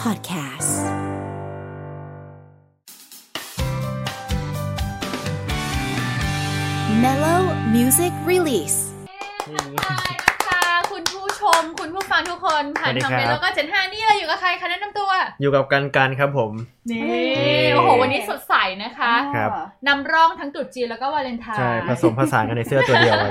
Podcast Mellow Music Release ค่ะคุณผู้ชมคุณผู้ฟังทุกคนผ่านทางเมล สวัสดีครับ แล้วก็เจนห้านี่เราอยู่กับใครคะแนะนำตัว อยู่กับกันกันครับผม นี่โอ้โห วันนี้สดใสนะคะ ครับ นำร่องทั้งตรุษจีนแล้วก็วาเลนไทน์ ใช่ผสมผสานกันในเสื้อตัวเดียว กัน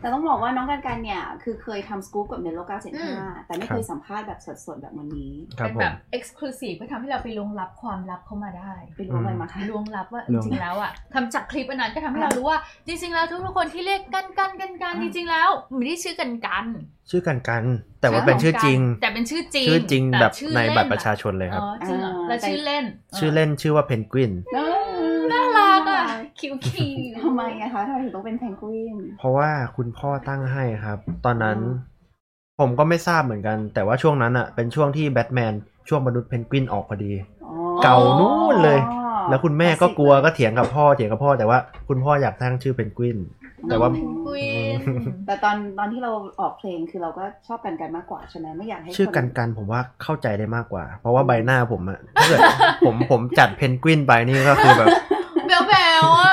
แต่ต้องบอกว่าน้องกันกันเนี่ย คือเคยทำสกู๊ปกับเมโล975 แต่ไม่เคคยรับ สัมภาษณ์แบบสดๆ แบบวันนี้ ครับ เป็น ผ แบ ม บ exclusive เพื่อทำให้เราไปล้วงลับความลับเข้ามาได้ ไปรู้อะไรมาคะ ล้วงลับว่าจ ล้วงลับ ริงๆแล้วอ่ะทำจากคลิปอันนั้นก็ทำให้เรารู้ว่า จริงๆแล้วทุกๆคนที่เรียกกันกันกันกันจริงๆแล้วไม่ได้ชื่อกันกัน ชื่อกันกัน แต่ว่าเป็นชื่อจริง แต่เป็นชื่อจริง ชื่อจริง ต่ แบบ ชื่อ ใน เล่ บัตรประชาชนเลยครับ อ๋อจริงเหรอแล้วชื่อเล่น ชื่อเล่นชื่อว่าเพนกวิน เออ น่ารักอ่ะคิวคิว ทำไมอะคะทำไมถึงต้องเป็นแพนกวิน เพราะว่าคุณพ่อตั้งให้ครับ ตอนนั้น อ๋อ ผมก็ไม่ทราบเหมือนกัน แต่ว่าช่วงนั้นอ่ะ เป็นช่วงที่แบทแมนช่วงมนุษย์เพนกวินออกพอดี อ๋อ เก่านู่นเลย อ๋อ แล้วคุณแม่ก็กลัวก็เถียงกับพ่อเถียงกับพ่อแต่ว่าคุณพ่ออยากตั้งชื่อเพนกวิน แต่ว่า เพนกวิน แต่ตอนตอนที่เราออกเพลงคือเราก็ชอบกันกันมากกว่าใช่ไหมไม่อยากให้ ชื่อกัน ค กันผมว่าเข้าใจได้มากกว่า เพราะว่าใบหน้าผมอะถ้าเกิด ผมผมจัดเพนกวินไปนี่ก็คือแบบ แบลแบลอ่ะ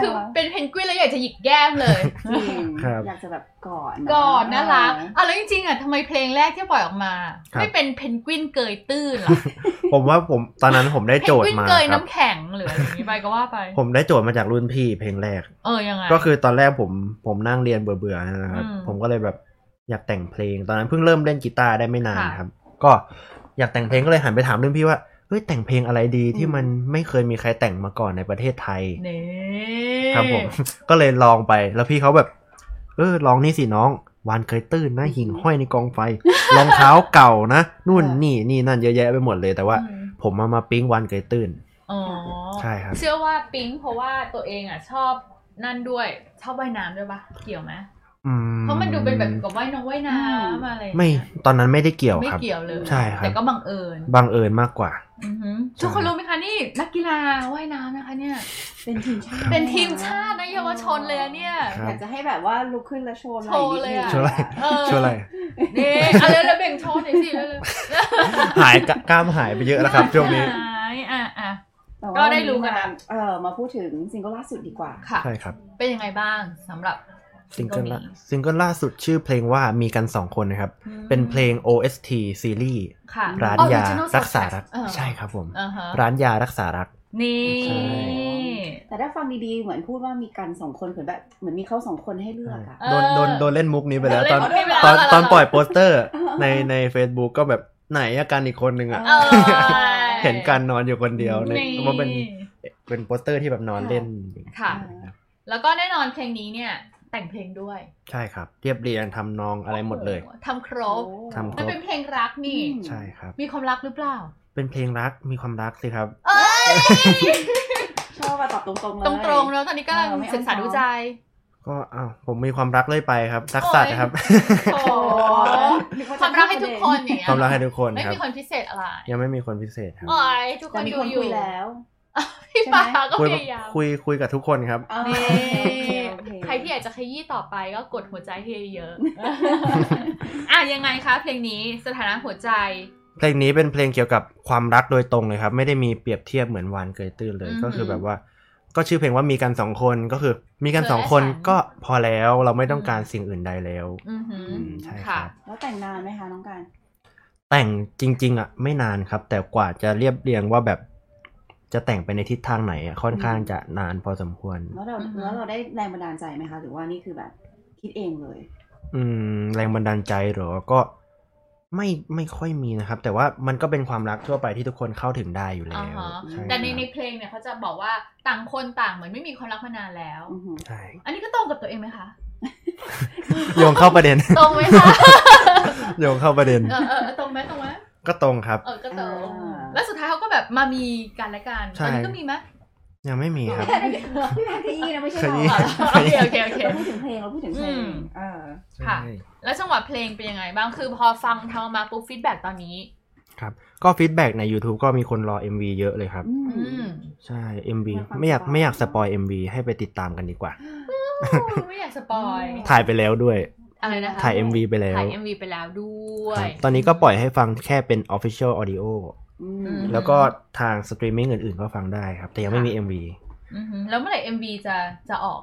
คือเป็นเพนกวินแล้วอยากจะหยิกแก้มเลย จริง ครับ อยากจะแบบกอดะ กอดน่ารักอ่ะแล้วจริงๆอ่ะทำไมเพลงแรกที่ปล่อยออกมา ครับ ไม่เป็นเพนกวินเกยตื้นล่ะ ผมว่าผมตอนนั้นผมได้ เพน โจท กวินย์มา เกย ครับ น้ำแข็งหรืออะไรอย่างนี้ไปก็ว่าไป ผมได้โจทย์มาจากรุ่นพี่เพลงแรก เออยังไง ก็คือตอนแรกผมผมนั่งเรียนเบื่อๆนะครับ อืม ผมก็เลยแบบอยากแต่งเพลง ตอนนั้นเพิ่งเริ่มเล่นกีตาร์ได้ไม่นาน ค่ะ ครับ ก็อยากแต่งเพลงก็เลยหันไปถามรุ่นพี่ว่าเฮ้ยแต่งเพลงอะไรดีที่มันไม่เคยมีใครแต่งมาก่อนในประเทศไทย นี่ ครับผม ก็เลยลองไปแล้วพี่เขาแบบ เออลองนี่สิน้องวานเคยตื้นนะหิ่งห้อยในกองไฟ รองเท้าเก่านะนู่นนี่นี่นั่นเยอะแยะไปหมดเลย แต่ว่า อืม ผมมามาปิ๊งวานเคยตื้น อ๋อ ใช่ครับ เชื่อว่าปิ๊งเพราะว่าตัวเองอ่ะชอบนั่นด้วยชอบว่ายน้ำด้วยปะเกี่ยวไหม อื เพราะมันดูเป็นแบบกับว่ายน้องว่ายน้ำอะไรอย่าง ไม่ เงี้ย ตอนนั้นไม่ได้เกี่ยว ไม่ ครับ เกี่ยวเลย ใช่ครับ แต่ก็บังเอิญ บังเอิญมากกว่า อือหือทุกคนรู้ไหมคะนี่นักกีฬาว่ายน้ำนะคะเนี่ย เป็นทีมชาติ เป็นทีมชาตินะเยาวชนเลยอะเนี่ย ครับ อยากจะให้แบบว่าลุกขึ้นแล้วโชว์หน่อยนิดนึง โชว์เลยอะ ช่วยอะไร เออ ช่วยอะไร นี่เอาเร็วๆแบ่งโชว์หน่อยสิเร็ว หายกะกล้ามหายไป เยอะ ๆ แล้วครับช่วงนี้ หายอ่ะอ่ะ แต่ ก็ ว่า ได้รู้กันละ เออมาพูดถึงซิงเกิลล่าสุดดีกว่า ค่ะ ใช่ครับ เป็นยังไงบ้างสำหรับ ซิงเกิลล่า นี้ ซิงเกิลล่าสุดชื่อเพลงว่ามีกันสองคนนะครับ อืม เป็นเพลง OST ซีรีส์ ค่ะ ร้านยา อ๋อ original รักษารัก soundtrack เออ ใช่ครับผม อ่าฮะ ร้านยารักษารัก นี่ ใช่ แต่ถ้าฟังดีๆ เหมือนพูดว่ามีกันสองคนเหมือนแบบเหมือนมีเขาสองคนให้เลือกอะ เออ โดนโดนโดนเล่นมุกนี้ไปแล้ว ตอน เล่น ตอน เาเา ตอนปล่อยโปสเตอร์ในใน Facebook ก็แบบไหนอาการอีกคนนึงอ่ะ เออ เห็นกันนอนอยู่คนเดียวใน นี่ มันเป็นเป็นโปสเตอร์ที่แบบนอนเล่น ค่ะ แล้วก็แน่นอนเพลงนี้เนี่ย แต่งเพลงด้วย ใช่ครับ เรียบเรียงทำนองอะไรหมดเลย โอ้โทำคร โอ้ บ ทำครบ มันเป็นเพลงรักนี่ อืม ใช่ครับ มีความรักหรือเปล่า เป็นเพลงรักมีความรักสิครับ เอ้ย ชอบมาตอบตรงๆเลย ตรงๆแล้วตอนนี้กำลัง เออไม่เอา ศึกษาดูใจ ก็อ้าวผมมีความรักเลยไปครับทักษะ นะครับ โอ้ โอ้ ความรักให้ทุกคนอย่างเงี้ย ความรักให้ทุกคน ไม่ ครับ มีคนพิเศษอะไร ยังไม่มีคนพิเศษครับ โอ้ยทุกค แต่ น มี ดู คน อยู่ คุยแล้ว พี่ปาก็ คุย พยายาม คุยคุยกับทุกคนครับ อ่า นี่ โอเคโอเ ใครที่อยากจะขยี้ต่อไปก็กดหัวใจให้เยอะๆอ่ะยังไงคะเพลงนี้สถานะหัวใจ เพลงนี้เป็นเพลงเกี่ยวกับความรักโดยตรงเลยครับ ไม่ได้มีเปรียบเทียบเหมือนวานเกยตื้นเลย อืม ก็คือแบบว่า ก็ชื่อเพลงว่ามีกันสองคนก็คือ มีกัน เธอ สองคน และฉัน ก็พอแล้วเราไม่ต้องการสิ่งอื่นใดแล้ว อือหือ อืมใช่ค ค่ะ รับ แล้วแต่งนานไหมคะน้องการ แต่งจริง ๆอ่ะไม่นานครับ แต่กว่าจะเรียบเรียงว่าแบบจะแต่งไปในทิศทางไหนอะค่อนข้างจะนานพอสมควร แล้วเรา อือฮึ แล้วเราได้แรงบันดาลใจไหมคะ หรือว่านี่คือแบบคิดเองเลย อืมแรงบันดาลใจเหรอ ก็ไม่ไม่ค่อยมีนะครับ แต่ว่ามันก็เป็นความรักทั่วไปที่ทุกคนเข้าถึงได้อยู่แล้ว อ่าฮะ ใช่ แต่ใน ครับ ในเพลงเนี่ยเขาจะบอกว่าต่างคนต่างเหมือนไม่มีความรักมานานแล้ว อือฮึ ใช่ อันนี้ก็ตรงกับตัวเองไหมคะ โยงเข้าประเด็น ตรงไหมคะ โยงเข้าประเด็น เออเออเออตรงไหมตรงไหม ก็ตรงครับ เออก็ตรงแล้วสุดท้ายเขาก็แบบมามีกันและกัน ใช่ ตอนนี้ก็มีไหม ยังไม่มีครับ พี่แพนขยี้นะไม่ใช่ ข เรา ยี้ อ๋อ อะ โอเคโอเคโอเค เราพูดถึงเพลงเราพูดถึงเพล อื ง ม เออ ค่ะ ใช่ แล้วจังหวะเพลงเป็นยังไงบ้างคือพอฟังทางมาปุ๊บฟีดแบ็กตอนนี้ ครับ ก็ฟีดแบ็กใน YouTube ก็มีคนรอ MV เยอะเลยครับ อื อื ม ม ใช่ MV มาฟัง ไม่อยาก สปอย ไม่อยากสปอย MV ให้ไปติดตามกันดีกว่า ไม่อยากสปอย ถ่ายไปแล้วด้วย อะไรนะคะ ถ่าย MV ไปแล้ว ถ่าย MV ไปแล้วด้วย ครับตอนนี้ก็ปล่อยให้ฟังแค่เป็น Official Audio อืม อืม แล้วก็ทางสตรีมมิ่งอื่นๆ ก็ฟังได้ครับ แต่ยังไม่มี MV อือหือแล้วเมื่อไหร่ MV จะจะออก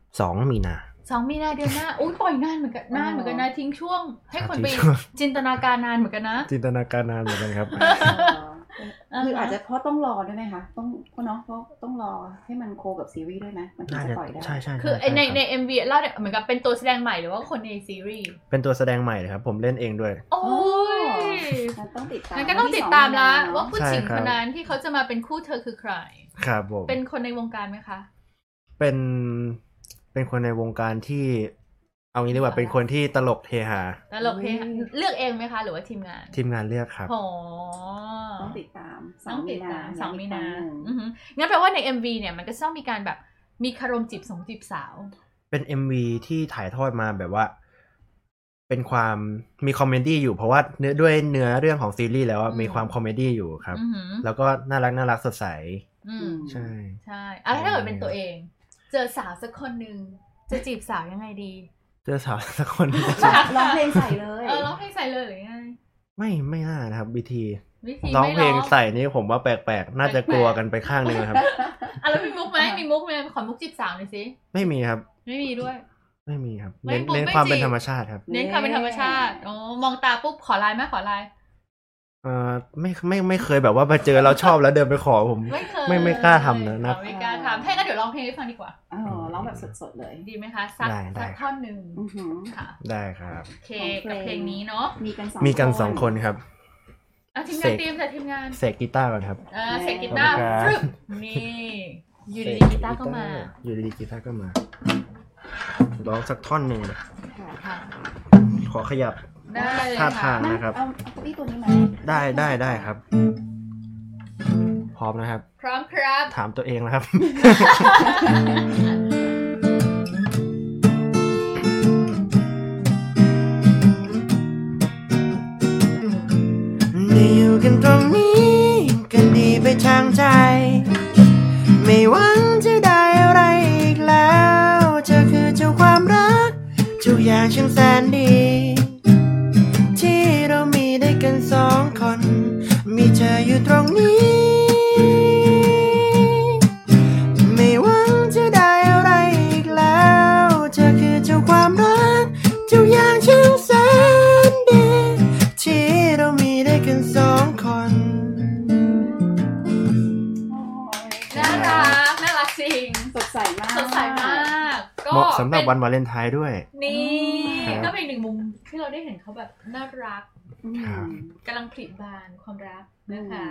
2 มีนา สองมีนาเดือนหน้าอุ้ยปล่อยนานเหมือนกันนานเหมือนกันนะทิ้งช่วง ให้คนไป ทิ้งช่วง จินตนาการนานเหมือนกันนะ จินตนาการนานเหมือนกันครับ เออคืออาจจะเพราะต้องรอด้วยไหมคะ ต้องเพราะเนาะเพราะต้องรอให้มันโคกับซีรีส์ด้วยไหมมันถึง น่า จะ จะ ปล่อยได้ ใช่ใช่ คือ ช่ ในใน รับ MV เล่าเนี่ยเหมือนกับเป็นตัวแสดงใหม่หรือว่าคนในซีรีส์ เป็นตัวแสดงใหม่เลยครับ ผมเล่นเองด้วย โอ้ โอ้ ย งั้นต้องติดตาม งั้นก็ต้องติดตามละ น ว่าผู้หญิง ใช่ค ครับ นนั้นที่เขาจะมาเป็นคู่เธอคือใคร ครับผม เป็นคนในวงการไหมคะ เป็นเป็นคนในวงการที่ เอางี้ดีกว่า ค่ะ เป็นคนที่ตลกเฮฮา แล้วเราเพลงเลือกเองไหมคะ หรือว่าทีมงาน ทีมงานเลือกครับ โอ้ ต้องติดตามส ต้องติดตามสองมีนา ย้ำอีกครั้งหง อือหืองั้นแปลว่าใน MV เนี่ยมันก็ต้องมีการแบบมีคารมจีบสงจีบสาว เป็น MV ที่ถ่ายทอดมาแบบว่า เป็นความมีคอมเมดี้อยู่เพราะว่าเนื้อด้วยเนื้อเรื่องของซีรีส์แล้วอะ อืม มีความคอมเมดี้อยู่ครับ อือหือ แล้วก็น่ารักน่ารักสดใส อื อื ม ม ใช่ ใช่อะถ้าเกิดเป็นตัวเอง เจอสาวสักคนหนึ่งจะจีบสาวยังไงดี เจอสาวสักคน ร้องเพลงใส่เลย เออร้องเพลงใส่เลยหรือยังไง ไม่ไม่น่านะครับวิธี วิธี ร้องเพลง ไม่ ใส่นี่ผมว่าแปลกๆ น่าจะกลัวกันไปข้างหนึงนะครับ อ่ะแล้วมีมุกไหมมีมุกไหมขอมุกจีบสาวหน่อยสิ ไม่มีครับ ไม่มีด้วย ไม่มีครับ ไม่ เน้น ผม เน้น ไม่ ความ จีบ เป็นธรรมชาติครับ เน้นความเป็นธรรมชาติอ๋อมองตาปุ๊บขอไลน์ไหมขอไลน์ เออไม่ไม่ไม่เคยแบบว่ามาเจอเราชอบแล้วเดินไปขอผม ไม่เคย ไม่ไม่กล้าทำนะนะ อ๋อไม่กล้าทำให้ก็เดี๋ยวร้องเพลงให้ฟังดีกว่า อ๋อร้องแบบสดๆเลย ดีไหมคะสัก ได้ได้ สักท่อนหนึ่ง อื้อหือ ค่ะ ได้ครับ โอเค ของเพลง กับเพลงนี้เนาะ มีกันสอง มีกันสองคนครับ อ่ะทีม เส งาน ก เตรียมแต่ทีมงาน เสกกีตาร์ก่อนครับ เออเสกกีตาร์ ขอบคุณครับ ฟรึบนี่อยู่ดีๆกีตาร์ก็มา อยู่ดีๆกีตาร์ก็มาร้องสักท่อนหนึ่งเลย ค่ะ ค่ะ ขอขยับ ได้เลย ท่า ค่ะ ทาง นะครับ เอาเอาเก้าอี้ตัวนี้มา ได้ได้ได้ครับ พร้อมนะครับ พร้อมครับ ถามตัวเองนะครับ ได้อยู่กันตรงนี้กันดีไปทางใจ ไม่หวังจะได้อะไรอีกแล้วเธอคือเจ้าความรักทุกอย่างช่างแสนดี ที่เรามีได้กันสองคน มีเธออยู่ตรงนี้ ไม่หวังจะได้อะไรอีกแล้ว เธอคือเจ้าความรักเจ้าอย่างช่างแสนดีที่เรามีได้กันสองคน โอ้ย น่ารัก น่ารักจริง สดใสมาก สดใสมาก ก็ เหมาะสำหรับวัน เป็ วาเลนไทน์ด้วย นี่ ครับ ก็เป็นอีกหนึ่งมุมที่เราได้เห็นเขาแบบน่ารัก อืม ครับ กำลังผลิบานความรักนะคะ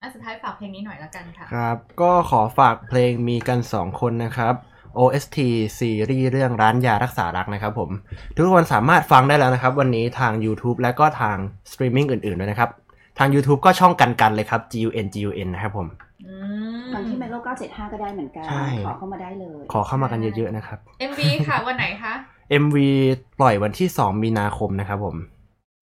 อ่ะสุดท้ายฝากเพลงนี้หน่อยละกันค่ะ ครับ ก็ขอฝากเพลงมีกันสองคนนะครับ OST ซีรีส์เรื่องร้านยารักษารักนะครับผม ทุกคนสามารถฟังได้แล้วนะครับ วันนี้ทาง YouTube และก็ทางสตรีมมิ่งอื่นๆด้วยนะครับ ทาง YouTube ก็ช่องกันกันเลยครับ G U N G U N นะครับผม อื ฟังที่ ม เมโล975 ก็ได้เหมือนกัน ใช่ ขอเข้ามาได้เลย ขอเข้ามากันเยอะๆนะครับ MV ค่ะ วันไหนคะ MV ปล่อยวันที่ 2 มีนาคมนะครับผม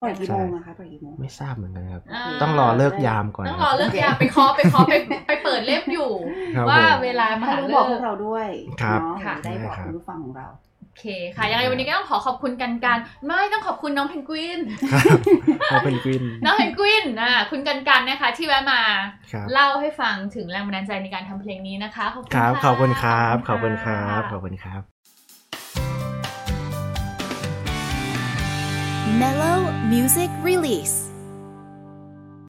ปล่อยกี่โมงอะคะปล่อยกี่โมง ไม่ทราบเหมือนกันครับ อ่า ต้องรอเลิกยามก่อน ต้อง ค รอรับ เลิกยามไปเคาะไปเคาะไปไปเปิดเล่มอยู่ ครับ ว่า ผม เวลาม ถ้า หา รู้ เลิ บอก ก พวกเราด้วย ครับ เนาะ ค่ะ ได้บอก ได้ครับ คุณผู้ฟังของเรา โอเคค่ะ ยังไงวันนี้ก็ต้องขอขอบคุณกันกัน ไม่ต้องขอบคุณน้องเพนกวิน ครับเราเป็นกวิน น้องเพนกวินนะคุณกันกันนะคะ ที่แวะมา ครับ เล่าให้ฟังถึงแรงบันดาลใจในการทำเพลงนี้นะคะ ขอบคุณ ครับ ะ ขอบคุณครับ ขอบคุณครับ ขอบคุณครับ Mellow Music Release.